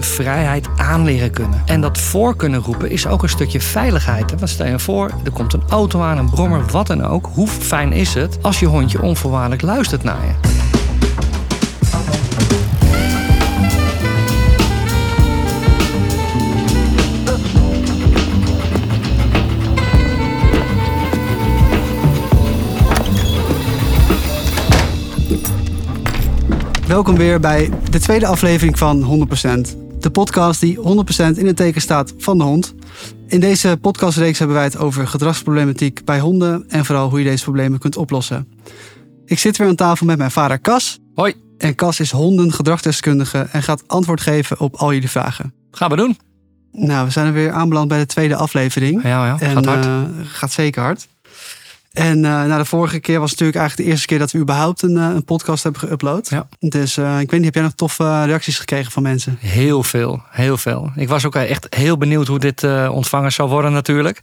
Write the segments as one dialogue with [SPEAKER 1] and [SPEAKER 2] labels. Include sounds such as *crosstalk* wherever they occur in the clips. [SPEAKER 1] vrijheid aanleren kunnen. En dat voor kunnen roepen is ook een stukje veiligheid. hè. Want stel je voor, er komt een auto aan, een brommer, wat dan ook. Hoe fijn is het als je hondje onvoorwaardelijk luistert naar je?
[SPEAKER 2] Welkom weer bij de tweede aflevering van 100%. De podcast die 100% in het teken staat van de hond. In deze podcastreeks hebben wij het over gedragsproblematiek bij honden en vooral hoe je deze problemen kunt oplossen. Ik zit weer aan tafel met mijn vader Cas.
[SPEAKER 1] Hoi,
[SPEAKER 2] En Cas is hondengedragsdeskundige en gaat antwoord geven op al jullie vragen.
[SPEAKER 1] gaan we doen.
[SPEAKER 2] Nou, we zijn er weer aanbeland bij de tweede aflevering.
[SPEAKER 1] Ja, ja,
[SPEAKER 2] En,
[SPEAKER 1] gaat hard.
[SPEAKER 2] eh, gaat zeker hard. En eh na de vorige keer was het natuurlijk eigenlijk de eerste keer dat we überhaupt een, eh, een podcast hebben geüpload.
[SPEAKER 1] Ja.
[SPEAKER 2] Dus eh, ik weet niet, heb jij nog toffe reacties gekregen van mensen?
[SPEAKER 1] Heel veel, heel veel. Ik was ook echt heel benieuwd hoe dit eh, ontvangen zou worden natuurlijk.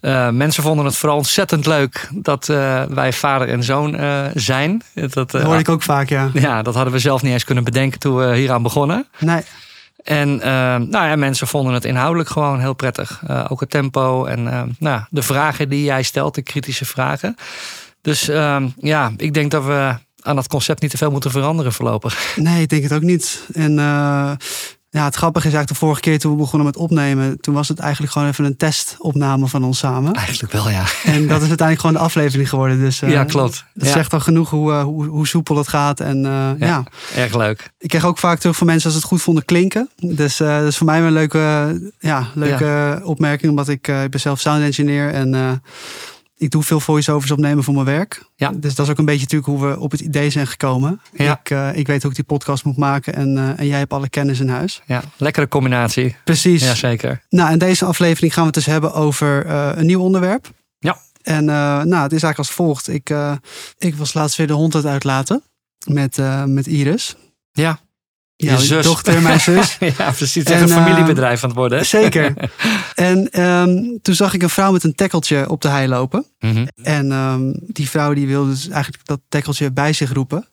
[SPEAKER 1] Eh, mensen vonden het vooral ontzettend leuk dat eh, wij vader en zoon eh, zijn. Dat, eh,
[SPEAKER 2] Dat hoor ik ook vaak, ja.
[SPEAKER 1] ja, dat hadden we zelf niet eens kunnen bedenken toen we hieraan begonnen.
[SPEAKER 2] Nee,
[SPEAKER 1] En eh, nou ja, mensen vonden het inhoudelijk gewoon heel prettig. Eh, ook het tempo en eh, nou, de vragen die jij stelt, de kritische vragen. Dus eh, ja, ik denk dat we aan dat concept niet te veel moeten veranderen voorlopig.
[SPEAKER 2] nee, ik denk het ook niet. En eh, ja, het grappige is eigenlijk de vorige keer toen we begonnen met opnemen, toen was het eigenlijk gewoon even een testopname van ons
[SPEAKER 1] *laughs*
[SPEAKER 2] samen.
[SPEAKER 1] *laughs* Eigenlijk wel, ja.
[SPEAKER 2] En dat is uiteindelijk gewoon de aflevering geworden. Dus, eh,
[SPEAKER 1] ja, klopt.
[SPEAKER 2] Dat
[SPEAKER 1] Ja,
[SPEAKER 2] zegt al genoeg hoe, eh, hoe, hoe soepel het gaat. En eh,
[SPEAKER 1] Ja.
[SPEAKER 2] ja,
[SPEAKER 1] Erg leuk.
[SPEAKER 2] Ik kreeg ook vaak terug van mensen als ze het goed vonden klinken. Dus eh, dat is voor mij wel een leuke, eh, ja, leuke eh, opmerking. Omdat ik, eh, ik ben zelf sound engineer en eh, ik doe veel voice-overs opnemen voor mijn werk.
[SPEAKER 1] Ja.
[SPEAKER 2] Dus dat is ook een beetje natuurlijk hoe we op het idee zijn gekomen.
[SPEAKER 1] Ja.
[SPEAKER 2] Ik, eh, ik weet hoe ik die podcast moet maken en, eh, en jij hebt alle kennis in huis.
[SPEAKER 1] Ja, lekkere combinatie.
[SPEAKER 2] Precies.
[SPEAKER 1] Jazeker.
[SPEAKER 2] Nou, in deze aflevering gaan we het dus hebben over eh, een nieuw onderwerp.
[SPEAKER 1] Ja.
[SPEAKER 2] En eh, nou, het is eigenlijk als volgt. Ik, eh, ik was laatst weer de hond aan het uitlaten met, eh, met Iris.
[SPEAKER 1] Ja. Je
[SPEAKER 2] Jouw
[SPEAKER 1] zus.
[SPEAKER 2] dochter, mijn zus.
[SPEAKER 1] *laughs* ja, precies. Het is echt
[SPEAKER 2] En,
[SPEAKER 1] een
[SPEAKER 2] eh,
[SPEAKER 1] familiebedrijf aan het worden. hè?
[SPEAKER 2] Zeker. en ehm, toen zag ik een vrouw met een tekkeltje op de hei lopen.
[SPEAKER 1] Mhm.
[SPEAKER 2] En ehm, die vrouw die wilde dus eigenlijk dat tekkeltje bij zich roepen.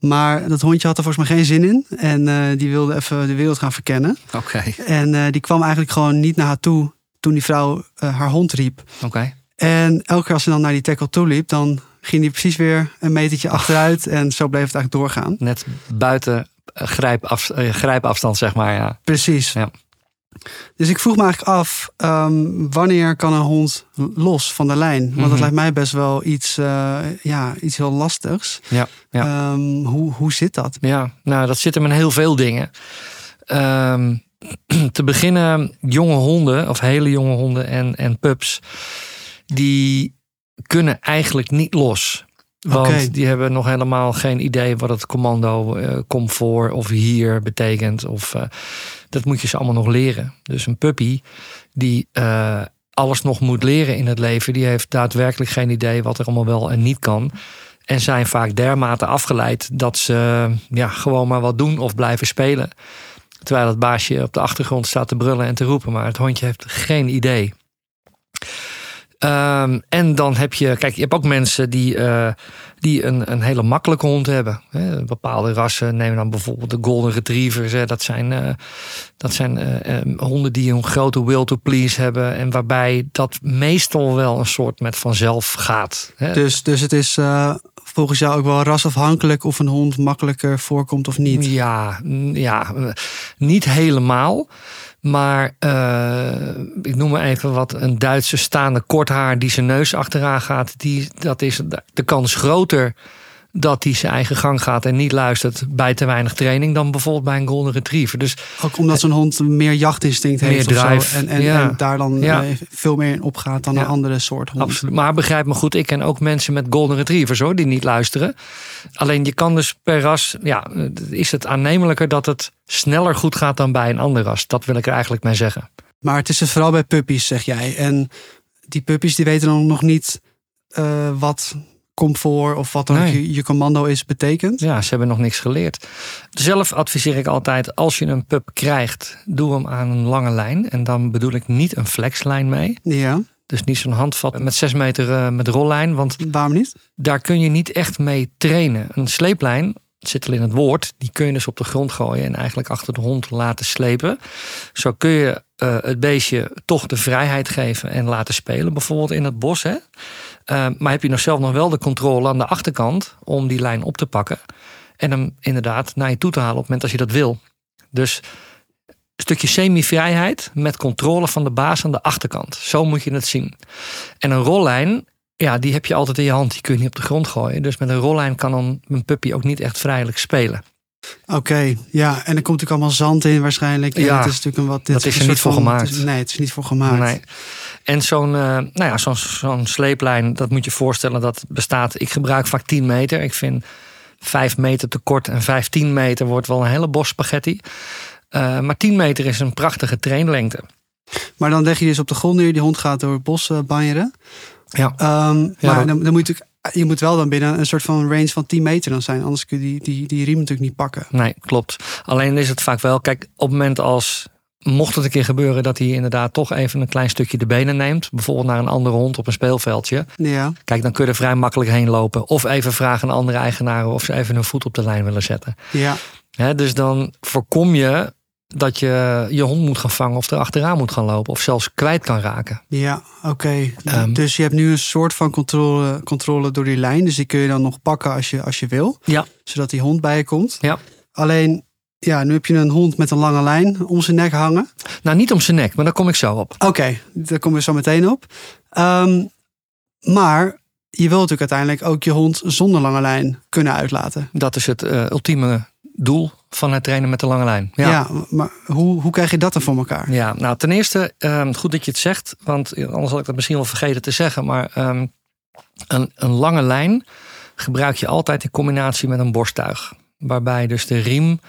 [SPEAKER 2] Maar dat hondje had er volgens mij geen zin in. En eh, die wilde even de wereld gaan verkennen.
[SPEAKER 1] Oké.
[SPEAKER 2] En eh, die kwam eigenlijk gewoon niet naar haar toe toen die vrouw eh, haar hond riep.
[SPEAKER 1] Oké.
[SPEAKER 2] En elke keer als ze dan naar die tackle toe liep, dan ging die precies weer een metertje achteruit. En zo bleef het eigenlijk doorgaan.
[SPEAKER 1] Net buiten eh, grijpaf, eh, grijpafstand, zeg maar. Ja.
[SPEAKER 2] Precies.
[SPEAKER 1] Ja.
[SPEAKER 2] Dus ik vroeg me eigenlijk af, ehm, wanneer kan een hond los van de lijn? Want
[SPEAKER 1] Mhm.
[SPEAKER 2] dat lijkt mij best wel iets, eh, ja, iets heel lastigs.
[SPEAKER 1] Ja, ja.
[SPEAKER 2] Ehm, hoe, hoe zit dat?
[SPEAKER 1] Ja, nou, dat zit hem in heel veel dingen. Ehm, *clears throat* te beginnen, jonge honden, of hele jonge honden en, en pups, die kunnen eigenlijk niet los. Want
[SPEAKER 2] Oké.
[SPEAKER 1] die hebben nog helemaal geen idee wat het commando eh, comfort of hier betekent. Of, eh, dat moet je ze allemaal nog leren. Dus een puppy die eh, alles nog moet leren in het leven, die heeft daadwerkelijk geen idee wat er allemaal wel en niet kan. En zijn vaak dermate afgeleid dat ze ja, gewoon maar wat doen of blijven spelen. Terwijl het baasje op de achtergrond staat te brullen en te roepen. Maar het hondje heeft geen idee. Ehm, en dan heb je, kijk, je hebt ook mensen die, eh, die een, een hele makkelijke hond hebben. Hè, bepaalde rassen, neem dan bijvoorbeeld de Golden Retrievers. Hè, dat zijn, eh, dat zijn eh, eh, honden die een grote will to please hebben. En waarbij dat meestal wel een soort met vanzelf gaat. Hè.
[SPEAKER 2] Dus, dus het is eh, volgens jou ook wel rasafhankelijk of een hond makkelijker voorkomt of niet.
[SPEAKER 1] Ja, n- ja eh, niet helemaal. Maar eh, ik noem maar even wat. Een Duitse staande korthaar die zijn neus achteraan gaat. Die, dat is de kans groter dat hij zijn eigen gang gaat en niet luistert bij te weinig training dan bijvoorbeeld bij een golden retriever. Dus
[SPEAKER 2] Ook omdat zo'n hond meer jachtinstinct
[SPEAKER 1] Meer
[SPEAKER 2] heeft of zo.
[SPEAKER 1] drive,
[SPEAKER 2] En, en,
[SPEAKER 1] ja.
[SPEAKER 2] en daar dan
[SPEAKER 1] Ja.
[SPEAKER 2] eh, veel meer in opgaat dan
[SPEAKER 1] Ja.
[SPEAKER 2] een andere soort hond.
[SPEAKER 1] Absoluut. Maar begrijp me goed, ik ken ook mensen met golden retrievers hoor, die niet luisteren. Alleen je kan dus per ras, ja, eh, is het aannemelijker dat het sneller goed gaat dan bij een ander ras. Dat wil ik er eigenlijk mee zeggen.
[SPEAKER 2] Maar het is dus vooral bij puppies, zeg jij. En die puppies die weten dan nog niet eh, wat comfort of wat dan ook
[SPEAKER 1] Nee.
[SPEAKER 2] je, je commando is betekent.
[SPEAKER 1] Ja, ze hebben nog niks geleerd. Zelf adviseer ik altijd, als je een pup krijgt, doe hem aan een lange lijn. En dan bedoel ik niet een flexlijn mee.
[SPEAKER 2] Ja,
[SPEAKER 1] Dus niet zo'n handvat met 6 meter eh, met rollijn. Want
[SPEAKER 2] waarom niet?
[SPEAKER 1] daar kun je niet echt mee trainen. Een sleeplijn, het zit al in het woord, die kun je dus op de grond gooien en eigenlijk achter de hond laten slepen. Zo kun je eh, het beestje toch de vrijheid geven en laten spelen, bijvoorbeeld in het bos. Hè? Eh, maar heb je nog zelf nog wel de controle aan de achterkant om die lijn op te pakken en hem inderdaad naar je toe te halen op het moment als je dat wil. Dus een stukje semi-vrijheid met controle van de baas aan de achterkant. Zo moet je het zien. En een rollijn, ja, die heb je altijd in je hand. Die kun je niet op de grond gooien. Dus met een rollijn kan dan een puppy ook niet echt vrijelijk spelen.
[SPEAKER 2] Oké, ja. En er komt natuurlijk allemaal zand in waarschijnlijk. En
[SPEAKER 1] Ja,
[SPEAKER 2] het is natuurlijk een wat... dit
[SPEAKER 1] dat is
[SPEAKER 2] een
[SPEAKER 1] er
[SPEAKER 2] soort
[SPEAKER 1] niet voor
[SPEAKER 2] van-
[SPEAKER 1] gemaakt.
[SPEAKER 2] het is- nee, het is niet voor gemaakt.
[SPEAKER 1] Nee. En zo'n eh, nou ja, zo'n zo'n sleeplijn, dat moet je voorstellen, dat bestaat. Ik gebruik vaak 10 meter. Ik vind 5 meter te kort en 15 meter wordt wel een hele bos spaghetti. Eh, maar 10 meter is een prachtige trainlengte.
[SPEAKER 2] Maar dan leg je dus op de grond neer. Die hond gaat door het bos eh, banjeren.
[SPEAKER 1] Ja.
[SPEAKER 2] Ehm,
[SPEAKER 1] Ja,
[SPEAKER 2] maar
[SPEAKER 1] dat-
[SPEAKER 2] dan, dan moet je, natuurlijk- eh, je moet wel dan binnen een soort van range van 10 meter dan zijn. Anders kun je die, die, die riem natuurlijk niet pakken.
[SPEAKER 1] Nee, klopt. Alleen is het vaak wel, kijk, op het moment als. Mocht het een keer gebeuren dat hij inderdaad toch even een klein stukje de benen neemt. Bijvoorbeeld naar een andere hond op een speelveldje.
[SPEAKER 2] Ja.
[SPEAKER 1] Kijk, dan kun je er vrij makkelijk heen lopen. Of even vragen aan andere eigenaren of ze even hun voet op de lijn willen zetten.
[SPEAKER 2] Ja.
[SPEAKER 1] Hè, dus dan voorkom je dat je je hond moet gaan vangen of er achteraan moet gaan lopen. Of zelfs kwijt kan raken.
[SPEAKER 2] Ja, oké.
[SPEAKER 1] Ehm.
[SPEAKER 2] dus je hebt nu een soort van controle, controle door die lijn. Dus die kun je dan nog pakken als je, als je wil.
[SPEAKER 1] Ja.
[SPEAKER 2] Zodat die hond bij je komt.
[SPEAKER 1] Ja.
[SPEAKER 2] Alleen, ja, nu heb je een hond met een lange lijn om zijn nek hangen.
[SPEAKER 1] Nou, niet om zijn nek, maar daar kom ik zo op.
[SPEAKER 2] Oké, daar komen we zo meteen op. Ehm, maar je wilt natuurlijk uiteindelijk ook je hond zonder lange lijn kunnen uitlaten.
[SPEAKER 1] Dat is het eh, ultieme doel van het trainen met de lange lijn.
[SPEAKER 2] Ja, maar hoe, hoe krijg je dat dan voor elkaar?
[SPEAKER 1] Ja, nou ten eerste, ehm, goed dat je het zegt, want eh, anders had ik dat misschien wel vergeten te zeggen. Maar ehm, een, een lange lijn gebruik je altijd in combinatie met een borsttuig. Waarbij dus de riem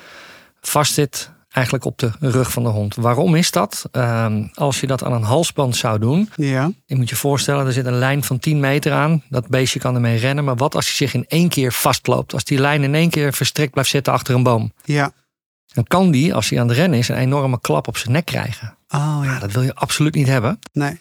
[SPEAKER 1] vast zit eigenlijk op de rug van de hond. Waarom is dat? Ehm, als je dat aan een halsband zou doen,
[SPEAKER 2] Ja,
[SPEAKER 1] je moet je voorstellen, er zit een lijn van 10 meter aan. Dat beestje kan ermee rennen. Maar wat als hij zich in één keer vastloopt? Als die lijn in één keer verstrikt blijft zitten achter een boom.
[SPEAKER 2] ja.
[SPEAKER 1] Dan kan die, als hij aan het rennen is, een enorme klap op zijn nek krijgen.
[SPEAKER 2] Oh
[SPEAKER 1] Ja,
[SPEAKER 2] ja,
[SPEAKER 1] Nou, dat wil je absoluut niet hebben.
[SPEAKER 2] nee.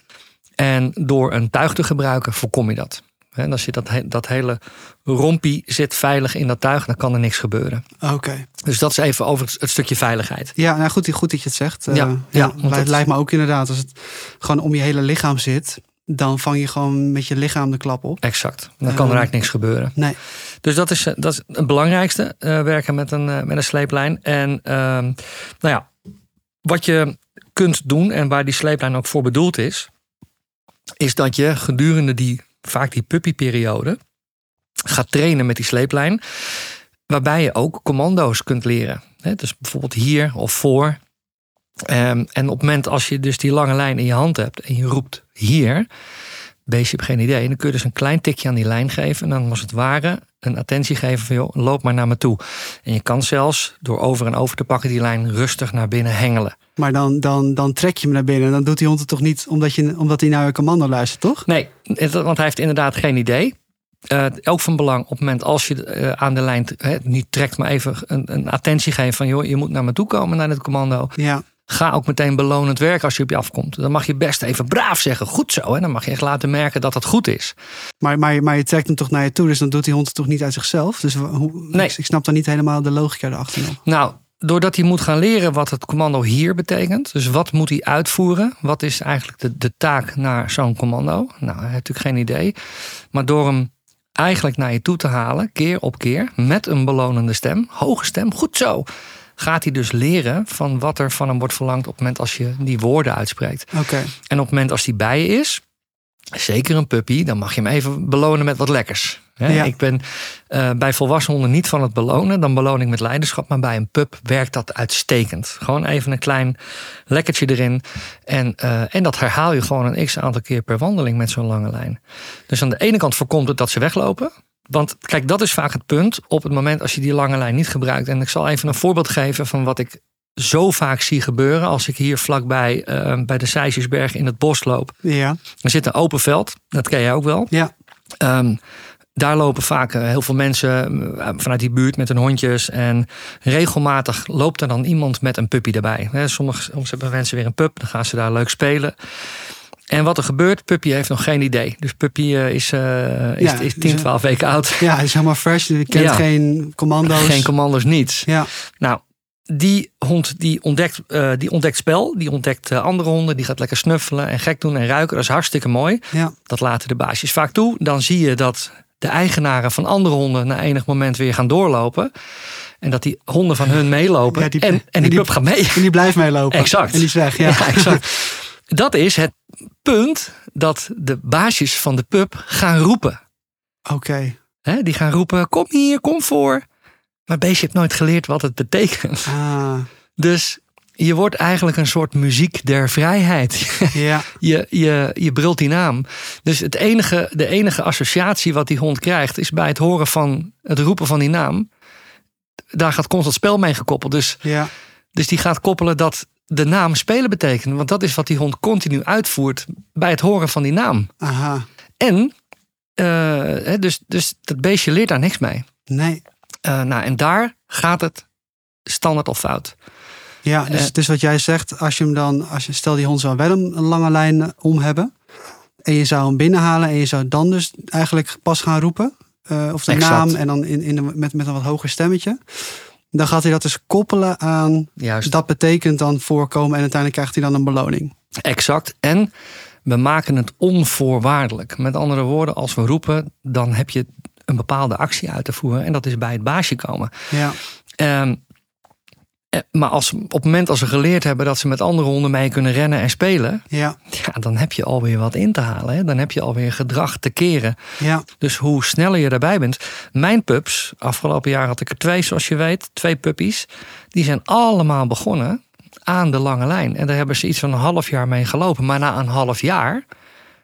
[SPEAKER 1] En door een tuig te gebruiken voorkom je dat. En als je dat, he- dat hele rompie zit veilig in dat tuig, dan kan er niks gebeuren.
[SPEAKER 2] Oké.
[SPEAKER 1] Dus dat is even over het, het stukje veiligheid.
[SPEAKER 2] Ja, nou goed, goed dat je het zegt. Eh,
[SPEAKER 1] Ja, ja, want
[SPEAKER 2] het lijkt,
[SPEAKER 1] dat-
[SPEAKER 2] lijkt me ook inderdaad. Als het gewoon om je hele lichaam zit, dan vang je gewoon met je lichaam de klap op.
[SPEAKER 1] Exact. Dan kan er
[SPEAKER 2] Ehm,
[SPEAKER 1] eigenlijk niks gebeuren.
[SPEAKER 2] Nee.
[SPEAKER 1] Dus dat is, eh, dat is het belangrijkste, eh, werken met een, eh, met een sleeplijn. En ehm, nou ja, wat je kunt doen en waar die sleeplijn ook voor bedoeld is, is dat je gedurende die vaak die puppyperiode gaat trainen met die sleeplijn, waarbij je ook commando's kunt leren. Hè, Dus bijvoorbeeld hier of voor. Ehm, en op het moment als je dus die lange lijn in je hand hebt en je roept hier, beestje heb geen idee. En dan kun je dus een klein tikje aan die lijn geven. En dan als het ware een attentie geven van joh, loop maar naar me toe. En je kan zelfs door over en over te pakken die lijn rustig naar binnen hengelen.
[SPEAKER 2] Maar dan, dan, dan trek je hem naar binnen. Dan doet die hond het toch niet omdat, je, omdat hij naar je commando luistert, toch?
[SPEAKER 1] Nee, het- want hij heeft inderdaad geen idee. Eh, ook van belang op het moment als je eh, aan de lijn t- hè, niet trekt, maar even een, een attentie geeft van joh, je moet naar me toe komen naar het commando.
[SPEAKER 2] Ja,
[SPEAKER 1] Ga ook meteen belonend werken als je op je afkomt. Dan mag je best even braaf zeggen, goed zo. En dan mag je echt laten merken dat dat goed is.
[SPEAKER 2] maar, maar, maar je trekt hem toch naar je toe. Dus dan doet die hond het toch niet uit zichzelf. Dus wa- hoe,
[SPEAKER 1] Nee.
[SPEAKER 2] ik, ik snap dan niet helemaal de logica erachter nog.
[SPEAKER 1] Nou, doordat hij moet gaan leren wat het commando hier betekent. Dus wat moet hij uitvoeren? Wat is eigenlijk de, de taak naar zo'n commando? Nou, hij heeft natuurlijk geen idee. Maar door hem eigenlijk naar je toe te halen, keer op keer, met een belonende stem, hoge stem, goed zo. Gaat hij dus leren van wat er van hem wordt verlangd op het moment als je die woorden uitspreekt.
[SPEAKER 2] Oké,
[SPEAKER 1] En op het moment als die bij je is, zeker een puppy, dan mag je hem even belonen met wat lekkers. Hè,
[SPEAKER 2] Ja.
[SPEAKER 1] Ik ben eh, bij volwassen honden niet van het belonen, dan beloon ik met leiderschap. Maar bij een pup werkt dat uitstekend. Gewoon even een klein lekkertje erin. En, eh, en dat herhaal je gewoon een x aantal keer per wandeling met zo'n lange lijn. Dus aan de ene kant voorkomt het dat ze weglopen. Want kijk, dat is vaak het punt op het moment als je die lange lijn niet gebruikt. En ik zal even een voorbeeld geven van wat ik zo vaak zie gebeuren. Als ik hier vlakbij eh, bij de Sijsjesberg in het bos loop.
[SPEAKER 2] ja,
[SPEAKER 1] Er zit een open veld, dat ken jij ook wel.
[SPEAKER 2] ja,
[SPEAKER 1] Ehm, daar lopen vaak eh, heel veel mensen eh, vanuit die buurt met hun hondjes. En regelmatig loopt er dan iemand met een puppy erbij. Hè, Sommige, soms hebben mensen weer een pup, dan gaan ze daar leuk spelen. En wat er gebeurt, Puppy heeft nog geen idee. Dus Puppy eh, is, eh, is,
[SPEAKER 2] Ja,
[SPEAKER 1] is
[SPEAKER 2] dus,
[SPEAKER 1] 10,
[SPEAKER 2] eh,
[SPEAKER 1] 12 weken oud.
[SPEAKER 2] Ja, hij is helemaal fresh. Je kent
[SPEAKER 1] Ja.
[SPEAKER 2] geen commando's.
[SPEAKER 1] Geen commando's, niets.
[SPEAKER 2] ja,
[SPEAKER 1] Nou, die hond die ontdekt, eh, die ontdekt spel. Die ontdekt eh, andere honden. Die gaat lekker snuffelen en gek doen en ruiken. Dat is hartstikke mooi.
[SPEAKER 2] ja,
[SPEAKER 1] Dat laten de baasjes vaak toe. Dan zie je dat de eigenaren van andere honden na enig moment weer gaan doorlopen. En dat die honden van hun meelopen.
[SPEAKER 2] Ja, die-
[SPEAKER 1] en, en die pup gaat mee.
[SPEAKER 2] en die blijft meelopen.
[SPEAKER 1] Exact.
[SPEAKER 2] En die is weg, *laughs* ja.
[SPEAKER 1] Ja, exact. Dat is het punt dat de baasjes van de pub gaan roepen.
[SPEAKER 2] Oké.
[SPEAKER 1] Hè, die gaan roepen, kom hier, kom voor. Maar Beestje heeft nooit geleerd wat het betekent.
[SPEAKER 2] Ah,
[SPEAKER 1] Dus je wordt eigenlijk een soort muziek der vrijheid. *laughs*
[SPEAKER 2] ja,
[SPEAKER 1] Je, je, je brult die naam. Dus het enige, de enige associatie wat die hond krijgt... is bij het horen van het roepen van die naam. Daar gaat constant spel mee gekoppeld. Dus
[SPEAKER 2] ja.
[SPEAKER 1] dus die gaat koppelen dat de naam spelen betekent. Want dat is wat die hond continu uitvoert bij het horen van die naam.
[SPEAKER 2] Aha.
[SPEAKER 1] En, eh, hè, dus, dus dat beestje leert daar niks mee.
[SPEAKER 2] Nee.
[SPEAKER 1] Eh, nou, en daar gaat het standaard al fout.
[SPEAKER 2] Ja, dus,
[SPEAKER 1] Eh.
[SPEAKER 2] dus wat jij zegt, als je hem dan, als je, stel die hond zou wel een, een lange lijn eh, om hebben. En je zou hem binnenhalen en je zou dan dus eigenlijk pas gaan roepen. eh, of de
[SPEAKER 1] Exact.
[SPEAKER 2] naam en dan in, in een- met, met een wat hoger stemmetje. Dan gaat hij dat dus koppelen aan.
[SPEAKER 1] Juist.
[SPEAKER 2] Dat betekent dan voorkomen en uiteindelijk krijgt hij dan een beloning.
[SPEAKER 1] Exact. En we maken het onvoorwaardelijk. Met andere woorden, als we roepen, dan heb je een bepaalde actie uit te voeren. En dat is bij het baasje komen.
[SPEAKER 2] Ja,
[SPEAKER 1] Ehm, eh, maar als, op het moment als ze geleerd hebben dat ze met andere honden mee kunnen rennen en spelen.
[SPEAKER 2] ja,
[SPEAKER 1] Ja, dan heb je alweer wat in te halen. Hè? Dan heb je alweer gedrag te keren.
[SPEAKER 2] ja.
[SPEAKER 1] Dus hoe sneller je daarbij bent. Mijn pups, afgelopen jaar had ik er twee, zoals je weet, twee puppies. Die zijn allemaal begonnen aan de lange lijn. En daar hebben ze iets van een half jaar mee gelopen. Maar na een half jaar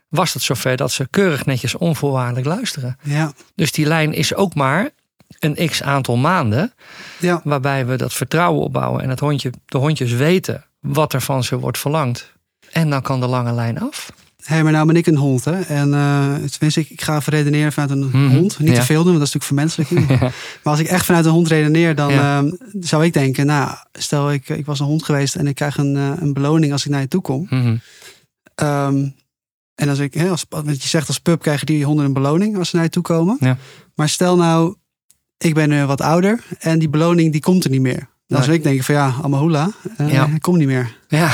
[SPEAKER 1] was het zover dat ze keurig netjes onvoorwaardelijk luisteren.
[SPEAKER 2] Ja,
[SPEAKER 1] Dus die lijn is ook maar een x aantal maanden.
[SPEAKER 2] ja,
[SPEAKER 1] Waarbij we dat vertrouwen opbouwen en het hondje, de hondjes weten wat er van ze wordt verlangd. En dan kan de lange lijn af.
[SPEAKER 2] hey, maar nou ben ik een hond, hè? En eh tenminste, ik, ik ga even redeneren vanuit een
[SPEAKER 1] Mhm,
[SPEAKER 2] hond. Niet
[SPEAKER 1] ja.
[SPEAKER 2] te veel doen, want dat is natuurlijk vermenselijking.
[SPEAKER 1] *laughs*
[SPEAKER 2] Maar als ik echt vanuit een hond redeneer, dan
[SPEAKER 1] Ja.
[SPEAKER 2] ehm, zou ik denken: Nou, stel ik, ik was een hond geweest en ik krijg een, eh, een beloning als ik naar je toe kom.
[SPEAKER 1] Mhm.
[SPEAKER 2] Ehm, en als ik, hè, als, want je zegt als pup krijgen die honden een beloning als ze naar je toe komen.
[SPEAKER 1] Ja.
[SPEAKER 2] Maar stel nou, ik ben eh, wat ouder en die beloning die komt er niet meer. Dan
[SPEAKER 1] Nee.
[SPEAKER 2] zou ik denken: van ja, Amahula, eh
[SPEAKER 1] Ja.
[SPEAKER 2] komt niet meer.
[SPEAKER 1] Ja.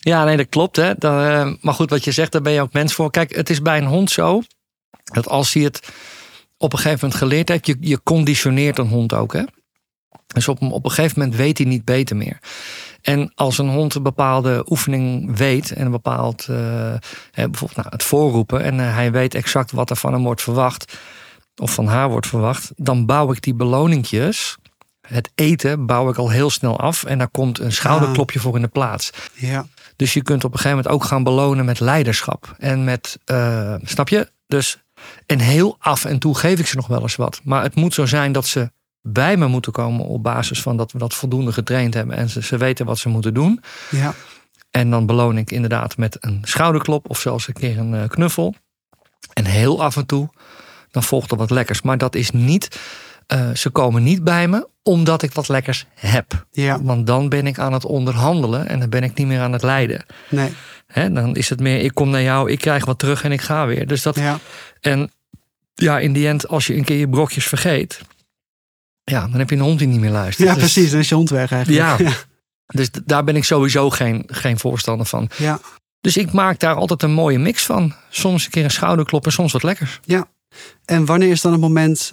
[SPEAKER 1] ja, nee, dat klopt. Hè. Dan, eh, maar goed, wat je zegt, daar ben je ook mens voor. Kijk, het is bij een hond zo dat als hij het op een gegeven moment geleerd heeft, je, je conditioneert een hond ook. Hè. Dus op, een- op een gegeven moment weet hij niet beter meer. En als een hond een bepaalde oefening weet en een bepaald, eh, hè, bijvoorbeeld nou, het voorroepen, en eh, hij weet exact wat er van hem wordt verwacht, of van haar wordt verwacht, dan bouw ik die beloningjes, het eten, bouw ik al heel snel af. En daar komt een schouderklopje voor in de plaats.
[SPEAKER 2] Ja,
[SPEAKER 1] Dus je kunt op een gegeven moment ook gaan belonen met leiderschap. En met, eh, snap je? Dus, en heel af en toe geef ik ze nog wel eens wat. Maar het moet zo zijn dat ze bij me moeten komen op basis van dat we dat voldoende getraind hebben. En ze, ze weten wat ze moeten doen.
[SPEAKER 2] ja,
[SPEAKER 1] En dan beloon ik inderdaad met een schouderklop of zelfs een keer een eh, knuffel. En heel af en toe, dan volgt er wat lekkers. Maar dat is niet, eh, ze komen niet bij me omdat ik wat lekkers heb.
[SPEAKER 2] ja.
[SPEAKER 1] Want dan ben ik aan het onderhandelen en dan ben ik niet meer aan het leiden.
[SPEAKER 2] Nee,
[SPEAKER 1] Hè, dan is het meer, ik kom naar jou, ik krijg wat terug en ik ga weer. Dus dat,
[SPEAKER 2] ja,
[SPEAKER 1] en ja, in die end, als je een keer je brokjes vergeet, ja, dan heb je een hond die niet meer luistert.
[SPEAKER 2] ja,
[SPEAKER 1] Dus-
[SPEAKER 2] precies. Dan is je hond weg eigenlijk.
[SPEAKER 1] Ja. Dus d- daar ben ik sowieso geen, geen voorstander van.
[SPEAKER 2] ja.
[SPEAKER 1] Dus ik maak daar altijd een mooie mix van. Soms een keer een schouderklop en soms wat lekkers.
[SPEAKER 2] En wanneer is dan het moment...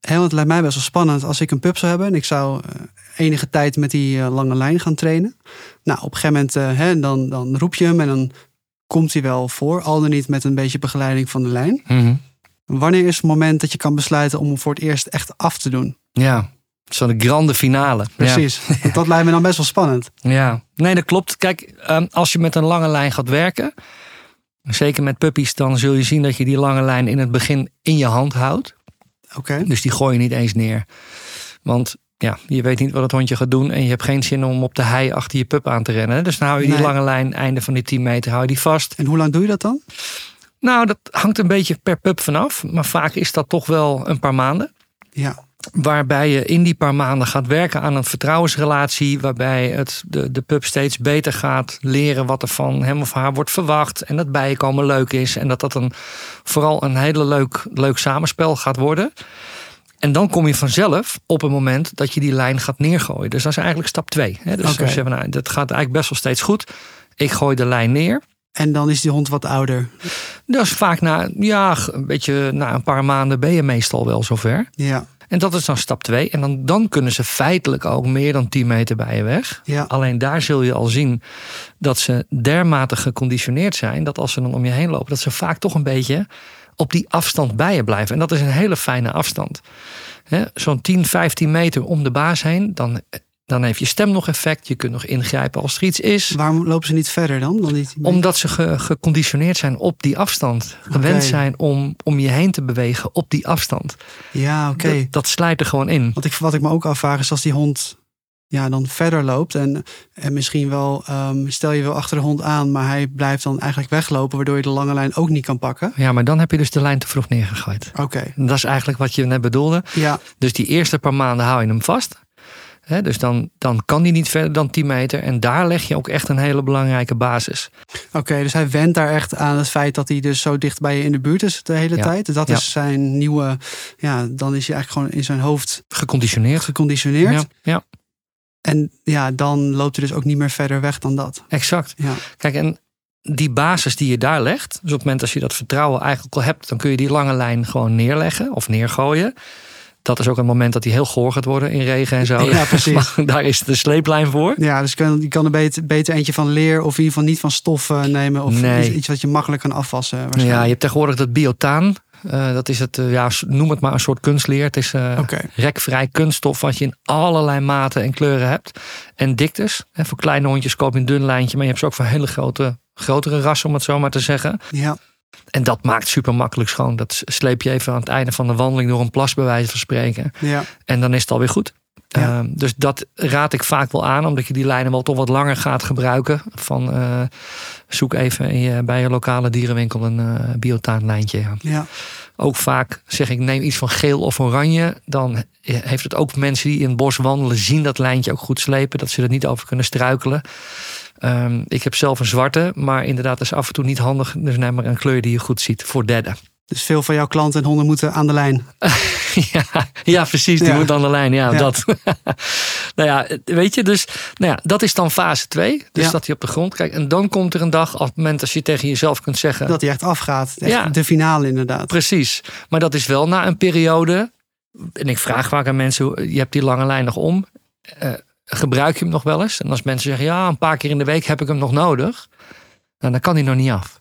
[SPEAKER 2] Hè, want het lijkt mij best wel spannend als ik een pup zou hebben... en ik zou eh, enige tijd met die eh, lange lijn gaan trainen. Nou, op een gegeven moment eh, hè, dan, dan roep je hem en dan komt hij wel voor. Al dan niet met een beetje begeleiding van de lijn. Wanneer is het moment dat je kan besluiten om hem voor het eerst echt af te doen?
[SPEAKER 1] Ja, zo'n grande finale. *laughs*
[SPEAKER 2] Precies. Want dat lijkt me dan best wel spannend.
[SPEAKER 1] Ja. ja, nee, dat klopt. Kijk, ehm, als je met een lange lijn gaat werken, zeker met puppies, dan zul je zien dat je die lange lijn in het begin in je hand houdt.
[SPEAKER 2] Oké,
[SPEAKER 1] Dus die gooi je niet eens neer. Want ja, je weet niet wat het hondje gaat doen. En je hebt geen zin om op de hei achter je pup aan te rennen. Dus dan hou je die
[SPEAKER 2] Nee.
[SPEAKER 1] lange lijn, einde van die 10 meter, hou je die vast.
[SPEAKER 2] en hoe lang doe je dat dan?
[SPEAKER 1] Nou, dat hangt een beetje per pup vanaf. Maar vaak is dat toch wel een paar maanden.
[SPEAKER 2] Ja,
[SPEAKER 1] Waarbij je in die paar maanden gaat werken aan een vertrouwensrelatie. Waarbij het, de, de pup steeds beter gaat leren wat er van hem of haar wordt verwacht. En dat bijenkomen leuk is. En dat dat een, vooral een hele leuk, leuk samenspel gaat worden. En dan kom je vanzelf op het moment dat je die lijn gaat neergooien. Dus dat is eigenlijk stap twee. Hè? Dus
[SPEAKER 2] Oké.
[SPEAKER 1] als je, nou, dat gaat eigenlijk best wel steeds goed. Ik gooi de lijn neer.
[SPEAKER 2] En dan is die hond wat ouder.
[SPEAKER 1] Dus vaak na, ja, een beetje, na een paar maanden ben je meestal wel zover.
[SPEAKER 2] Ja,
[SPEAKER 1] En dat is dan stap 2. En dan, dan kunnen ze feitelijk ook meer dan 10 meter bij je weg.
[SPEAKER 2] ja.
[SPEAKER 1] Alleen daar zul je al zien dat ze dermate geconditioneerd zijn. dat als ze dan om je heen lopen, dat ze vaak toch een beetje op die afstand bij je blijven. En dat is een hele fijne afstand. Hè, Zo'n 10, 15 meter om de baas heen. Dan, dan heeft je stem nog effect. Je kunt nog ingrijpen als er iets is
[SPEAKER 2] Waarom lopen ze niet verder dan? dan niet
[SPEAKER 1] omdat ze ge- geconditioneerd zijn op die afstand. Gewend
[SPEAKER 2] Oké.
[SPEAKER 1] zijn om, om je heen te bewegen op die afstand.
[SPEAKER 2] Ja, oké.
[SPEAKER 1] Dat, dat slijt er gewoon in.
[SPEAKER 2] Want ik, wat ik me ook afvraag is als die hond ja, dan verder loopt. En, en misschien wel, ehm, stel je wil achter de hond aan, maar hij blijft dan eigenlijk weglopen, waardoor je de lange lijn ook niet kan pakken.
[SPEAKER 1] Ja, maar dan heb je dus de lijn te vroeg neergegooid.
[SPEAKER 2] Oké,
[SPEAKER 1] En Dat is eigenlijk wat je net bedoelde.
[SPEAKER 2] ja,
[SPEAKER 1] Dus die eerste paar maanden hou je hem vast. Hè, dus dan, dan kan die niet verder dan 10 meter. En daar leg je ook echt een hele belangrijke basis.
[SPEAKER 2] oké. dus hij went daar echt aan het feit dat hij dus zo dicht bij je in de buurt is de hele
[SPEAKER 1] Ja.
[SPEAKER 2] tijd. Dat
[SPEAKER 1] Ja.
[SPEAKER 2] is zijn nieuwe, ja, dan is hij eigenlijk gewoon in zijn hoofd
[SPEAKER 1] Geconditioneerd.
[SPEAKER 2] geconditioneerd.
[SPEAKER 1] Ja, ja,
[SPEAKER 2] En ja, dan loopt hij dus ook niet meer verder weg dan dat.
[SPEAKER 1] exact.
[SPEAKER 2] Ja,
[SPEAKER 1] Kijk, en die basis die je daar legt, dus op het moment als je dat vertrouwen eigenlijk al hebt, dan kun je die lange lijn gewoon neerleggen of neergooien. Dat is ook een moment dat die heel goor gaat worden in regen en zo.
[SPEAKER 2] Ja,
[SPEAKER 1] *laughs*
[SPEAKER 2] precies.
[SPEAKER 1] Maar daar is de sleeplijn voor.
[SPEAKER 2] ja dus je kan, je kan er beter, beter eentje van leer of in ieder geval niet van stof eh, nemen. Of
[SPEAKER 1] Nee.
[SPEAKER 2] iets, iets wat je makkelijk kan afwassen. waarschijnlijk.
[SPEAKER 1] Ja, je hebt tegenwoordig dat biotaan. Eh, dat is het, eh, ja, noem het maar een soort kunstleer. Het is eh,
[SPEAKER 2] Oké,
[SPEAKER 1] rekvrij kunststof wat je in allerlei maten en kleuren hebt. En diktes. En voor kleine hondjes koop je een dun lijntje. Maar je hebt ze ook voor hele grote, grotere rassen, om het zo maar te zeggen.
[SPEAKER 2] ja.
[SPEAKER 1] En dat maakt super makkelijk schoon. Dat sleep je even aan het einde van de wandeling door een plas, bij wijze van spreken.
[SPEAKER 2] Ja,
[SPEAKER 1] En dan is het alweer goed.
[SPEAKER 2] Ja.
[SPEAKER 1] Ehm, dus dat raad ik vaak wel aan, omdat je die lijnen wel toch wat langer gaat gebruiken. Van eh, zoek even in je- bij je lokale dierenwinkel een eh, biotaanlijntje aan.
[SPEAKER 2] ja.
[SPEAKER 1] Ook vaak zeg ik, neem iets van geel of oranje. Dan heeft het ook mensen die in het bos wandelen, zien dat lijntje ook goed slepen. Dat ze er niet over kunnen struikelen. Ehm, ik heb zelf een zwarte, maar inderdaad dat is af en toe niet handig. Dus neem maar een kleur die je goed ziet voor derde.
[SPEAKER 2] Dus veel van jouw klanten en honden moeten aan de lijn.
[SPEAKER 1] *laughs* ja, ja, precies. Die
[SPEAKER 2] Ja.
[SPEAKER 1] moet aan de lijn. Ja,
[SPEAKER 2] Ja.
[SPEAKER 1] dat. *laughs* nou ja, weet je, dus nou ja, dat is dan fase 2. Dus
[SPEAKER 2] Ja.
[SPEAKER 1] dat hij op de grond kijkt. En dan komt er een dag, op het moment als je tegen jezelf kunt zeggen.
[SPEAKER 2] Dat hij echt afgaat. Echt
[SPEAKER 1] Ja.
[SPEAKER 2] De finale inderdaad.
[SPEAKER 1] Precies. Maar dat is wel na een periode. En ik vraag vaak aan mensen: hoe- je hebt die lange lijn nog om. Eh, gebruik je hem nog wel eens? En als mensen zeggen: ja, een paar keer in de week heb ik hem nog nodig. Nou, dan kan hij nog niet af.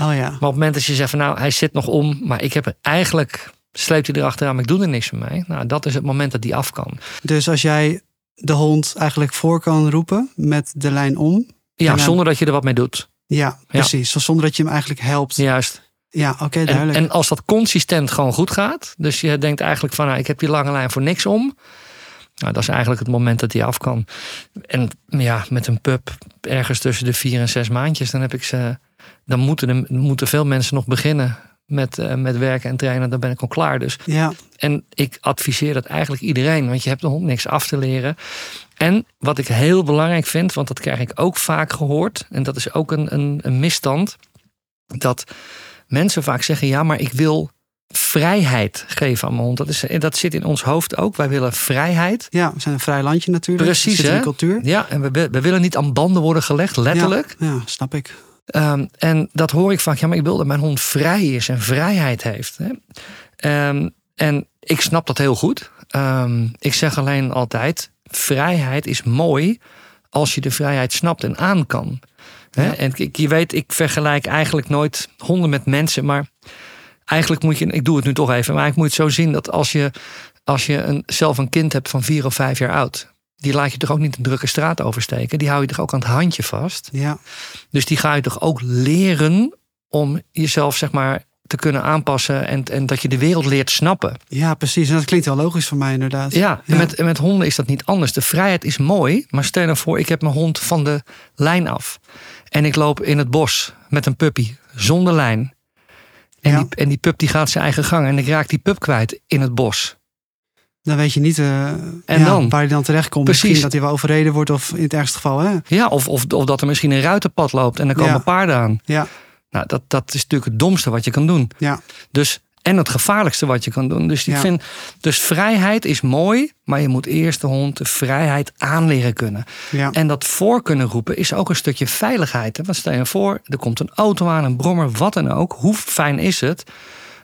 [SPEAKER 2] Oh ja.
[SPEAKER 1] Maar op het moment dat je zegt van nou, hij zit nog om, maar ik heb er eigenlijk sleept hij erachteraan, maar ik doe er niks mee. Nou, dat is het moment dat die af kan.
[SPEAKER 2] Dus als jij de hond eigenlijk voor kan roepen met de lijn om.
[SPEAKER 1] Ja,
[SPEAKER 2] En dan-
[SPEAKER 1] zonder dat je er wat mee doet.
[SPEAKER 2] Ja, precies. Zo Zonder dat je hem eigenlijk helpt. Ja,
[SPEAKER 1] Juist.
[SPEAKER 2] oké,
[SPEAKER 1] En,
[SPEAKER 2] duidelijk.
[SPEAKER 1] en als dat consistent gewoon goed gaat, dus je denkt eigenlijk van nou, ik heb die lange lijn voor niks om. Nou, dat is eigenlijk het moment dat die af kan. En ja, met een pup ergens tussen de vier en zes maandjes, dan heb ik ze. Dan moeten, er- moeten veel mensen nog beginnen met, eh, met werken en trainen. Dan ben ik al klaar. Dus
[SPEAKER 2] ja,
[SPEAKER 1] En ik adviseer dat eigenlijk iedereen, want je hebt de hond niks af te leren. En wat ik heel belangrijk vind, want dat krijg ik ook vaak gehoord, en dat is ook een, een, een misstand, dat mensen vaak zeggen: ja, maar ik wil vrijheid geven aan mijn hond. Dat, is, dat zit in ons hoofd ook. Wij willen vrijheid.
[SPEAKER 2] ja, we zijn een vrij landje natuurlijk. Dus
[SPEAKER 1] Precies,
[SPEAKER 2] Zit in
[SPEAKER 1] hè?
[SPEAKER 2] de cultuur.
[SPEAKER 1] Ja, en we, we willen niet aan banden worden gelegd, letterlijk.
[SPEAKER 2] Ja, snap ik.
[SPEAKER 1] Ehm, en dat hoor ik vaak. Ja, maar ik wil dat mijn hond vrij is en vrijheid heeft. Hè? Ehm, en ik snap dat heel goed. Ehm, ik zeg alleen altijd: vrijheid is mooi als je de vrijheid snapt en aan kan. Hè?
[SPEAKER 2] Ja.
[SPEAKER 1] En ik, je weet, ik vergelijk eigenlijk nooit honden met mensen, maar eigenlijk moet je, ik doe het nu toch even, maar ik moet het zo zien dat als je, als je een, zelf een kind hebt van vier of vijf jaar oud, die laat je toch ook niet een drukke straat oversteken, die hou je toch ook aan het handje vast.
[SPEAKER 2] Ja,
[SPEAKER 1] Dus die ga je toch ook leren om jezelf, zeg maar, te kunnen aanpassen. En, en dat je de wereld leert snappen.
[SPEAKER 2] ja, precies. En dat klinkt wel logisch voor mij inderdaad.
[SPEAKER 1] Ja,
[SPEAKER 2] Ja.
[SPEAKER 1] en met, en met honden is dat niet anders. De vrijheid is mooi, maar stel je nou voor, ik heb mijn hond van de lijn af. En ik loop in het bos met een puppy, zonder lijn. En,
[SPEAKER 2] Ja.
[SPEAKER 1] die, en die pup die gaat zijn eigen gang. En ik raak die pup kwijt in het bos.
[SPEAKER 2] Dan weet je niet eh,
[SPEAKER 1] En
[SPEAKER 2] ja,
[SPEAKER 1] dan?
[SPEAKER 2] waar hij dan terechtkomt.
[SPEAKER 1] Precies.
[SPEAKER 2] Misschien dat hij wel overreden wordt of in het ergste geval. Hè?
[SPEAKER 1] Ja, of, of, of dat er misschien een ruitenpad loopt en er komen
[SPEAKER 2] Ja.
[SPEAKER 1] paarden aan.
[SPEAKER 2] Ja,
[SPEAKER 1] Nou, dat, dat is natuurlijk het domste wat je kan doen.
[SPEAKER 2] ja,
[SPEAKER 1] Dus, en het gevaarlijkste wat je kan doen. Dus ik
[SPEAKER 2] Ja.
[SPEAKER 1] vind, dus vrijheid is mooi, maar je moet eerst de hond de vrijheid aanleren kunnen.
[SPEAKER 2] ja.
[SPEAKER 1] En dat voor kunnen roepen is ook een stukje veiligheid. hè. Want stel je voor, er komt een auto aan, een brommer, wat dan ook. Hoe fijn is het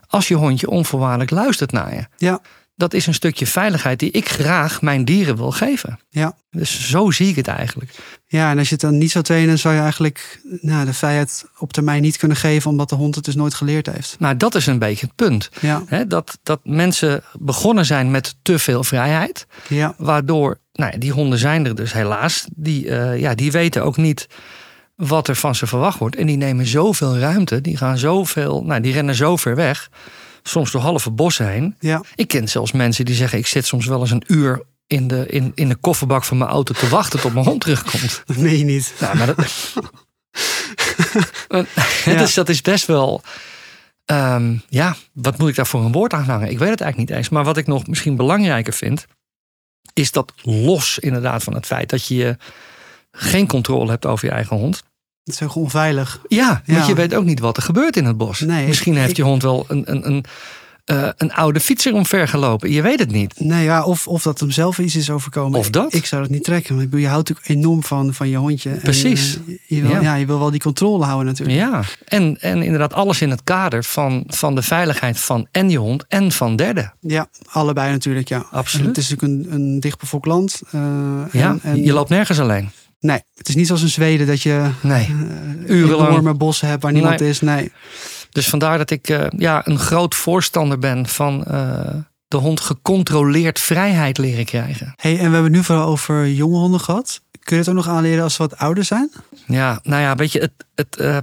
[SPEAKER 1] als je hondje onvoorwaardelijk luistert naar je?
[SPEAKER 2] ja,
[SPEAKER 1] Dat is een stukje veiligheid die ik graag mijn dieren wil geven.
[SPEAKER 2] ja.
[SPEAKER 1] Dus zo zie ik het eigenlijk.
[SPEAKER 2] Ja, en als je het dan niet zou trainen, zou je eigenlijk nou, de vrijheid op termijn niet kunnen geven, omdat de hond het dus nooit geleerd heeft.
[SPEAKER 1] Nou, dat is een beetje het punt.
[SPEAKER 2] Ja,
[SPEAKER 1] Hè, dat, dat mensen begonnen zijn met te veel vrijheid.
[SPEAKER 2] ja,
[SPEAKER 1] Waardoor, nou ja, die honden zijn er dus helaas. Die, eh, ja, die weten ook niet wat er van ze verwacht wordt. En die nemen zoveel ruimte. Die gaan zoveel, nou, die rennen zo ver weg. Soms door halve bossen heen.
[SPEAKER 2] ja,
[SPEAKER 1] Ik ken zelfs mensen die zeggen, ik zit soms wel eens een uur in de, in, in de kofferbak van mijn auto te wachten tot mijn hond terugkomt.
[SPEAKER 2] dat meen je niet.
[SPEAKER 1] Nou, maar *laughs* dat...
[SPEAKER 2] Ja.
[SPEAKER 1] dus dat is best wel... ehm, ja, wat moet ik daar voor een woord aan hangen? Ik weet het eigenlijk niet eens. Maar wat ik nog misschien belangrijker vind... is dat los inderdaad van het feit dat je eh, geen controle hebt over je eigen hond.
[SPEAKER 2] Het is heel onveilig.
[SPEAKER 1] Ja,
[SPEAKER 2] Ja.
[SPEAKER 1] want je weet ook niet wat er gebeurt in het bos.
[SPEAKER 2] Nee, ik-
[SPEAKER 1] misschien heeft
[SPEAKER 2] ik-
[SPEAKER 1] je hond wel een, een, een, eh, een oude fietser omvergelopen. Je weet het niet.
[SPEAKER 2] Nee, ja, of, of dat hem zelf iets is overkomen.
[SPEAKER 1] Of dat.
[SPEAKER 2] Ik zou dat niet trekken. Want ik bedoel, je houdt natuurlijk enorm van, van je hondje. En,
[SPEAKER 1] Precies.
[SPEAKER 2] eh, je, wil, ja.
[SPEAKER 1] Ja.
[SPEAKER 2] je wil wel die controle houden natuurlijk.
[SPEAKER 1] Ja, en, en inderdaad alles in het kader van, van de veiligheid van en je hond en van derden.
[SPEAKER 2] Ja, allebei natuurlijk, ja.
[SPEAKER 1] Absoluut.
[SPEAKER 2] En het is natuurlijk een, een dichtbevolkt land. eh,
[SPEAKER 1] Ja,
[SPEAKER 2] en, en-
[SPEAKER 1] je loopt nergens alleen.
[SPEAKER 2] Nee, het is niet zoals in Zweden dat je
[SPEAKER 1] Nee.
[SPEAKER 2] eh,
[SPEAKER 1] Urenlang.
[SPEAKER 2] enorme bossen hebt waar niemand
[SPEAKER 1] Nee.
[SPEAKER 2] is. Nee,
[SPEAKER 1] Dus vandaar dat ik eh, ja, een groot voorstander ben van eh, de hond gecontroleerd vrijheid leren krijgen.
[SPEAKER 2] Hey, en we hebben het nu vooral over jonge honden gehad. Kun je het ook nog aanleren als ze wat ouder zijn?
[SPEAKER 1] Ja, nou ja, weet je, het, het, eh,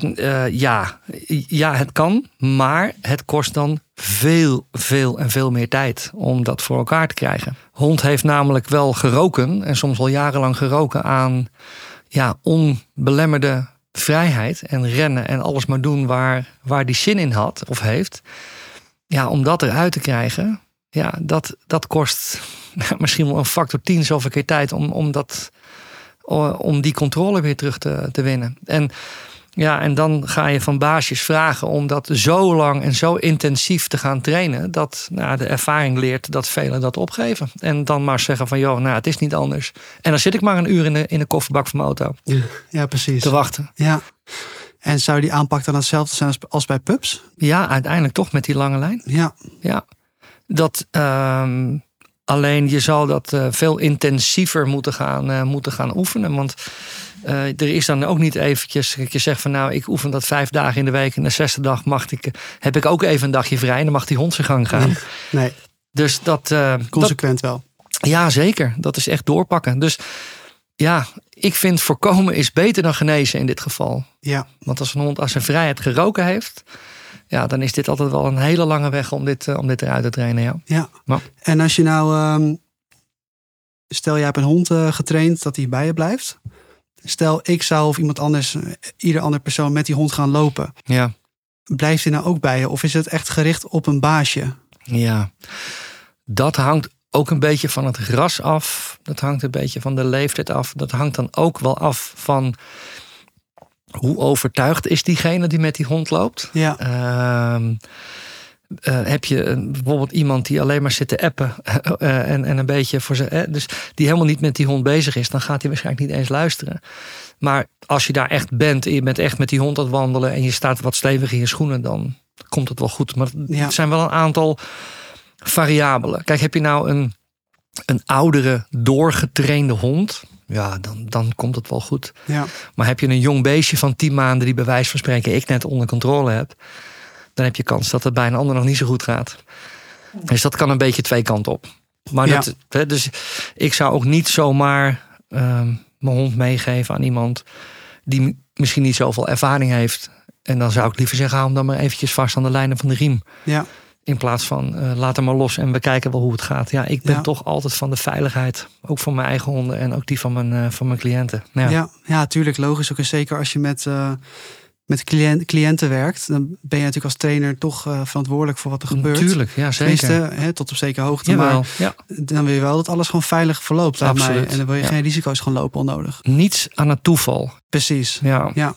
[SPEAKER 1] eh, ja. ja, het kan, maar het kost dan veel, veel en veel meer tijd om dat voor elkaar te krijgen. Hond heeft namelijk wel geroken en soms al jarenlang geroken aan ja, onbelemmerde vrijheid en rennen en alles maar doen waar, waar die zin in had of heeft. Ja, om dat eruit te krijgen, ja, dat, dat kost *laughs* misschien wel een factor 10 zoveel keer tijd om, om dat o- eh, om die controle weer terug te, te winnen. En, ja, en dan ga je van baasjes vragen om dat zo lang en zo intensief te gaan trainen. Dat nou, de ervaring leert dat velen dat opgeven. En dan maar zeggen van joh, nou het is niet anders. En dan zit ik maar een uur in de, in de kofferbak van mijn auto
[SPEAKER 2] Ja, precies.
[SPEAKER 1] te wachten.
[SPEAKER 2] Ja. En zou die aanpak dan hetzelfde zijn als, als bij pups?
[SPEAKER 1] Ja, uiteindelijk toch met die lange lijn.
[SPEAKER 2] Ja,
[SPEAKER 1] Ja, dat. ehm, alleen je zal dat eh, veel intensiever moeten gaan, eh, moeten gaan oefenen. Want eh, er is dan ook niet eventjes dat je zegt van nou, ik oefen dat vijf dagen in de week en de zesde dag mag ik, eh, heb ik ook even een dagje vrij en dan mag die hond zijn gang gaan.
[SPEAKER 2] nee,
[SPEAKER 1] Dus dat, eh, dat.
[SPEAKER 2] consequent wel.
[SPEAKER 1] Ja, zeker. Dat is echt doorpakken. Dus ja, ik vind voorkomen is beter dan genezen in dit geval.
[SPEAKER 2] Ja,
[SPEAKER 1] Want als een hond als zijn vrijheid geroken heeft, ja, dan is dit altijd wel een hele lange weg om dit, eh, om dit eruit te trainen. Ja.
[SPEAKER 2] ja.
[SPEAKER 1] Maar-
[SPEAKER 2] En als je nou, ehm, stel jij hebt een hond eh, getraind dat hij bij je blijft. Stel ik zou of iemand anders, eh, ieder ander persoon met die hond gaan lopen.
[SPEAKER 1] ja.
[SPEAKER 2] Blijft hij nou ook bij je? Of is het echt gericht op een baasje?
[SPEAKER 1] Ja, dat hangt ook een beetje van het ras af. Dat hangt een beetje van de leeftijd af. Dat hangt dan ook wel af van hoe overtuigd is diegene die met die hond loopt.
[SPEAKER 2] Ja,
[SPEAKER 1] Ehm, eh, heb je een- bijvoorbeeld iemand die alleen maar zit te appen *laughs* eh, en, en een beetje voor zijn. eh, dus die helemaal niet met die hond bezig is, dan gaat hij waarschijnlijk niet eens luisteren. Maar als je daar echt bent en je bent echt met die hond aan het wandelen en je staat wat stevig in je schoenen, dan komt het wel goed. Maar
[SPEAKER 2] Ja.
[SPEAKER 1] het zijn wel een aantal variabelen. Kijk, heb je nou een, een oudere, doorgetrainde hond? Ja, dan, dan komt het wel goed.
[SPEAKER 2] ja,
[SPEAKER 1] Maar heb je een jong beestje van 10 maanden die bij wijze van spreken ik net onder controle heb, dan heb je kans dat het bij een ander nog niet zo goed gaat. Dus dat kan een beetje twee kanten op. Maar
[SPEAKER 2] Ja.
[SPEAKER 1] dat, hè, dus ik zou ook niet zomaar ehm, mijn hond meegeven aan iemand die m- misschien niet zoveel ervaring heeft. En dan zou ik liever zeggen, hou hem dan maar eventjes vast aan de lijnen van de riem.
[SPEAKER 2] ja.
[SPEAKER 1] In plaats van eh, laat hem maar los en we kijken wel hoe het gaat. Ja, ik ben
[SPEAKER 2] Ja.
[SPEAKER 1] toch altijd van de veiligheid. Ook voor mijn eigen honden en ook die van mijn, eh, van mijn cliënten. Ja.
[SPEAKER 2] Ja, ja, tuurlijk, logisch. Ook en zeker als je met eh, met cliënt, cliënten werkt, dan ben je natuurlijk als trainer toch eh, verantwoordelijk voor wat er gebeurt.
[SPEAKER 1] Natuurlijk, ja zeker.
[SPEAKER 2] Tenminste, hè, tot op zekere hoogte.
[SPEAKER 1] Jawel,
[SPEAKER 2] Maar
[SPEAKER 1] ja.
[SPEAKER 2] dan wil je wel dat alles gewoon veilig verloopt. lijkt mij.
[SPEAKER 1] Absoluut,
[SPEAKER 2] En dan wil je
[SPEAKER 1] ja.
[SPEAKER 2] geen risico's gaan lopen onnodig.
[SPEAKER 1] Niets aan het toeval.
[SPEAKER 2] Precies.
[SPEAKER 1] Ja.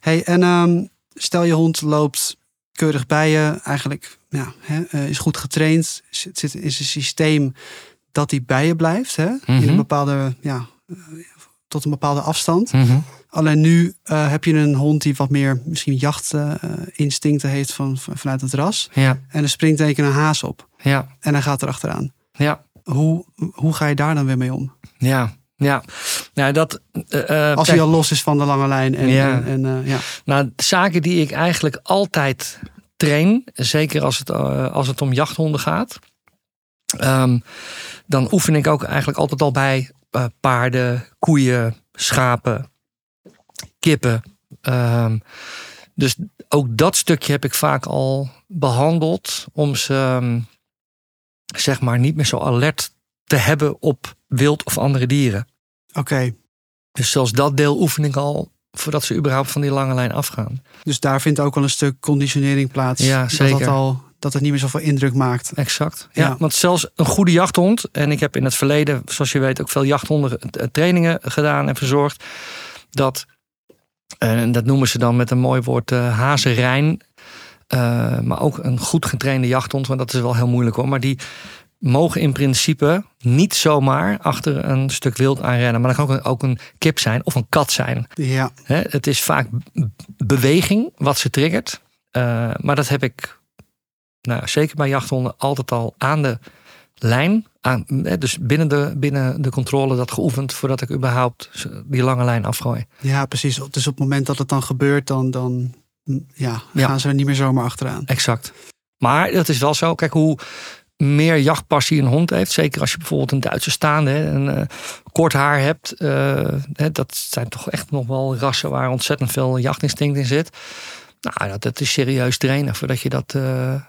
[SPEAKER 2] Hey, en ehm, stel je hond loopt keurig bij je, eigenlijk ja, hè, eh, is goed getraind, zit, zit in zijn systeem dat hij bij je blijft, hè, in
[SPEAKER 1] Mhm.
[SPEAKER 2] een bepaalde, ja, eh, tot een bepaalde afstand.
[SPEAKER 1] Mhm.
[SPEAKER 2] Alleen nu eh, heb je een hond die wat meer misschien jachtinstincten heeft van, van- vanuit het ras.
[SPEAKER 1] ja,
[SPEAKER 2] En er springt in één keer een haas op
[SPEAKER 1] ja,
[SPEAKER 2] en hij gaat erachteraan.
[SPEAKER 1] ja,
[SPEAKER 2] Hoe, hoe ga je daar dan weer mee om?
[SPEAKER 1] ja, ja. Nou, dat, eh, eh,
[SPEAKER 2] Als
[SPEAKER 1] kijk,
[SPEAKER 2] hij al los is van de lange lijn. En,
[SPEAKER 1] Ja.
[SPEAKER 2] en, en, eh, ja.
[SPEAKER 1] Nou, zaken die ik eigenlijk altijd train, zeker als het, eh, als het om jachthonden gaat, ehm, dan oefen ik ook eigenlijk altijd al bij eh, paarden, koeien, schapen, kippen. Ehm, dus ook dat stukje heb ik vaak al behandeld om ze ehm, zeg maar niet meer zo alert te hebben op wild of andere dieren.
[SPEAKER 2] Oké,
[SPEAKER 1] Dus zelfs dat deel oefen ik al voordat ze überhaupt van die lange lijn afgaan.
[SPEAKER 2] Dus daar vindt ook wel een stuk conditionering plaats.
[SPEAKER 1] Ja,
[SPEAKER 2] Dat,
[SPEAKER 1] zeker.
[SPEAKER 2] het al, dat het niet meer zoveel indruk maakt.
[SPEAKER 1] Exact. Ja,
[SPEAKER 2] Ja.
[SPEAKER 1] want zelfs een goede jachthond, en ik heb in het verleden, zoals je weet, ook veel jachthonden eh, trainingen gedaan en verzorgd, dat, eh, en dat noemen ze dan met een mooi woord eh hazenrein, eh, maar ook een goed getrainde jachthond, want dat is wel heel moeilijk hoor, maar die mogen in principe niet zomaar achter een stuk wild aanrennen. Maar dat kan ook een, ook een kip zijn of een kat zijn.
[SPEAKER 2] Ja,
[SPEAKER 1] Hè, het is vaak b- beweging wat ze triggert. Eh, maar dat heb ik, nou, zeker bij jachthonden, altijd al aan de lijn. Aan, hè, dus binnen de, binnen de controle dat geoefend voordat ik überhaupt ze- die lange lijn afgooi.
[SPEAKER 2] ja, precies. Dus op het moment dat het dan gebeurt, dan, dan mm, ja,
[SPEAKER 1] Ja.
[SPEAKER 2] gaan ze er niet meer zomaar achteraan.
[SPEAKER 1] Exact. Maar dat is wel zo. Kijk, hoe meer jachtpassie een hond heeft. Zeker als je bijvoorbeeld een Duitse staande hè, en eh, kort haar hebt. eh, hè, dat zijn toch echt nog wel rassen waar ontzettend veel jachtinstinct in zit. Nou, dat, dat is serieus trainen voordat je dat, eh, nou,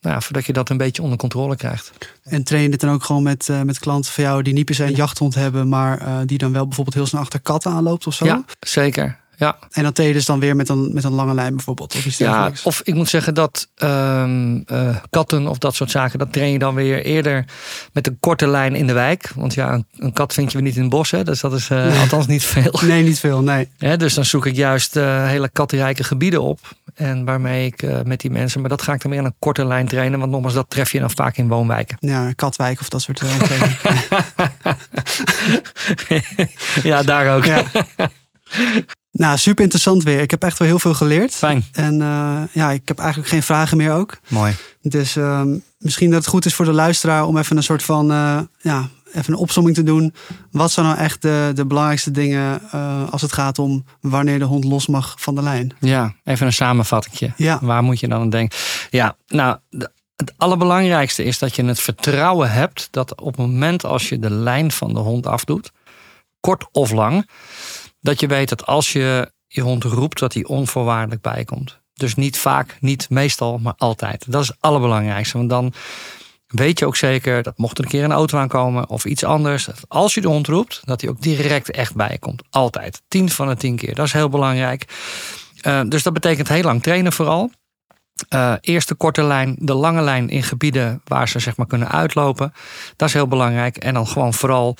[SPEAKER 1] ja, voordat je dat een beetje onder controle krijgt.
[SPEAKER 2] En train je dit dan ook gewoon met, eh, met klanten van jou die niet per se een jachthond hebben, maar eh, die dan wel bijvoorbeeld heel snel achter katten aanloopt of zo.
[SPEAKER 1] Ja, zeker. Ja,
[SPEAKER 2] En dat deed je dus dan weer met een, met een lange lijn bijvoorbeeld. Of iets
[SPEAKER 1] ja,
[SPEAKER 2] dergelijks.
[SPEAKER 1] of ik moet zeggen dat ehm, eh, katten of dat soort zaken, dat train je dan weer eerder met een korte lijn in de wijk. Want ja, een, een kat vind je weer niet in het bos, hè? dus dat is eh, althans *laughs* niet veel.
[SPEAKER 2] Nee, niet veel. Nee.
[SPEAKER 1] Hè, dus dan zoek ik juist eh, hele katrijke gebieden op. En waarmee ik eh, met die mensen, maar dat ga ik dan weer aan een korte lijn trainen. Want nogmaals, dat tref je dan vaak in woonwijken.
[SPEAKER 2] Ja, Katwijk of dat soort eh,
[SPEAKER 1] *laughs*
[SPEAKER 2] omgevingen.
[SPEAKER 1] ja, daar ook. *laughs*
[SPEAKER 2] Ja. nou, super interessant weer. Ik heb echt wel heel veel geleerd.
[SPEAKER 1] Fijn.
[SPEAKER 2] En eh, ja, ik heb eigenlijk geen vragen meer ook.
[SPEAKER 1] Mooi.
[SPEAKER 2] Dus ehm, misschien dat het goed is voor de luisteraar om even een soort van, eh, ja, even een opzomming te doen. Wat zijn nou echt de, de belangrijkste dingen eh, als het gaat om wanneer de hond los mag van de lijn?
[SPEAKER 1] Ja, even een samenvattingje.
[SPEAKER 2] Ja,
[SPEAKER 1] Waar moet je dan aan denken? Ja, nou, de- het allerbelangrijkste is dat je het vertrouwen hebt dat op het moment als je de lijn van de hond afdoet, kort of lang, dat je weet dat als je je hond roept, dat hij onvoorwaardelijk bijkomt. Dus niet vaak, niet meestal, maar altijd. Dat is het allerbelangrijkste. Want dan weet je ook zeker dat mocht er een keer een auto aankomen of iets anders, dat als je de hond roept, dat hij ook direct echt bijkomt. Altijd. 10 van de 10 keer. Dat is heel belangrijk. Eh, dus dat betekent heel lang trainen vooral. Eh, eerst de korte lijn, de lange lijn in gebieden waar ze zeg maar kunnen uitlopen. Dat is heel belangrijk. En dan gewoon vooral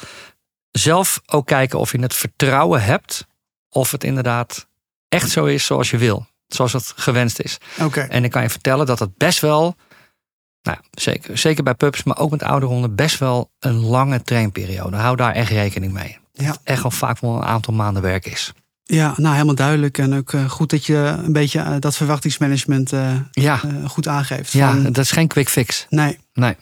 [SPEAKER 1] zelf ook kijken of je het vertrouwen hebt of het inderdaad echt zo is zoals je wil. Zoals het gewenst is.
[SPEAKER 2] oké.
[SPEAKER 1] En ik kan je vertellen dat het best wel, nou, zeker, zeker bij pups, maar ook met oude honden, best wel een lange trainperiode. Hou daar echt rekening mee.
[SPEAKER 2] Ja.
[SPEAKER 1] Dat het echt al vaak wel een aantal maanden werk is.
[SPEAKER 2] Ja, nou helemaal duidelijk. En ook eh, goed dat je een beetje eh, dat verwachtingsmanagement eh,
[SPEAKER 1] Ja,
[SPEAKER 2] eh, goed aangeeft.
[SPEAKER 1] ja
[SPEAKER 2] Van,
[SPEAKER 1] dat is geen quick fix.
[SPEAKER 2] nee.
[SPEAKER 1] Nee.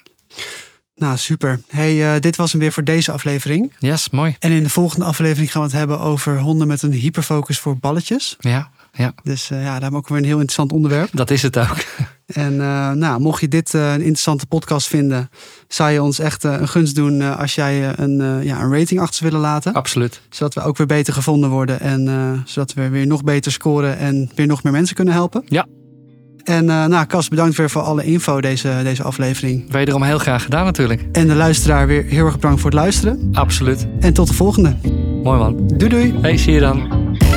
[SPEAKER 2] Nou, super. Hey, eh, dit was hem weer voor deze aflevering.
[SPEAKER 1] Yes, mooi.
[SPEAKER 2] En in de volgende aflevering gaan we het hebben over honden met een hyperfocus voor balletjes.
[SPEAKER 1] Ja, ja.
[SPEAKER 2] Dus eh, ja, daar hebben we ook weer een heel interessant onderwerp.
[SPEAKER 1] Dat is het ook. *laughs*
[SPEAKER 2] En eh, nou, mocht je dit eh, een interessante podcast vinden, zou je ons echt eh, een gunst doen eh, als jij eh, een, eh, ja, een rating achter zou willen laten.
[SPEAKER 1] Absoluut.
[SPEAKER 2] Zodat we ook weer beter gevonden worden en eh, zodat we weer nog beter scoren en weer nog meer mensen kunnen helpen.
[SPEAKER 1] Ja.
[SPEAKER 2] En eh, nou, Cas, bedankt weer voor alle info deze, deze aflevering.
[SPEAKER 1] Wederom heel graag gedaan natuurlijk.
[SPEAKER 2] En de luisteraar weer heel erg bedankt voor het luisteren.
[SPEAKER 1] Absoluut.
[SPEAKER 2] En tot de volgende.
[SPEAKER 1] Mooi man.
[SPEAKER 2] Doei doei!
[SPEAKER 1] Hey, zie je dan.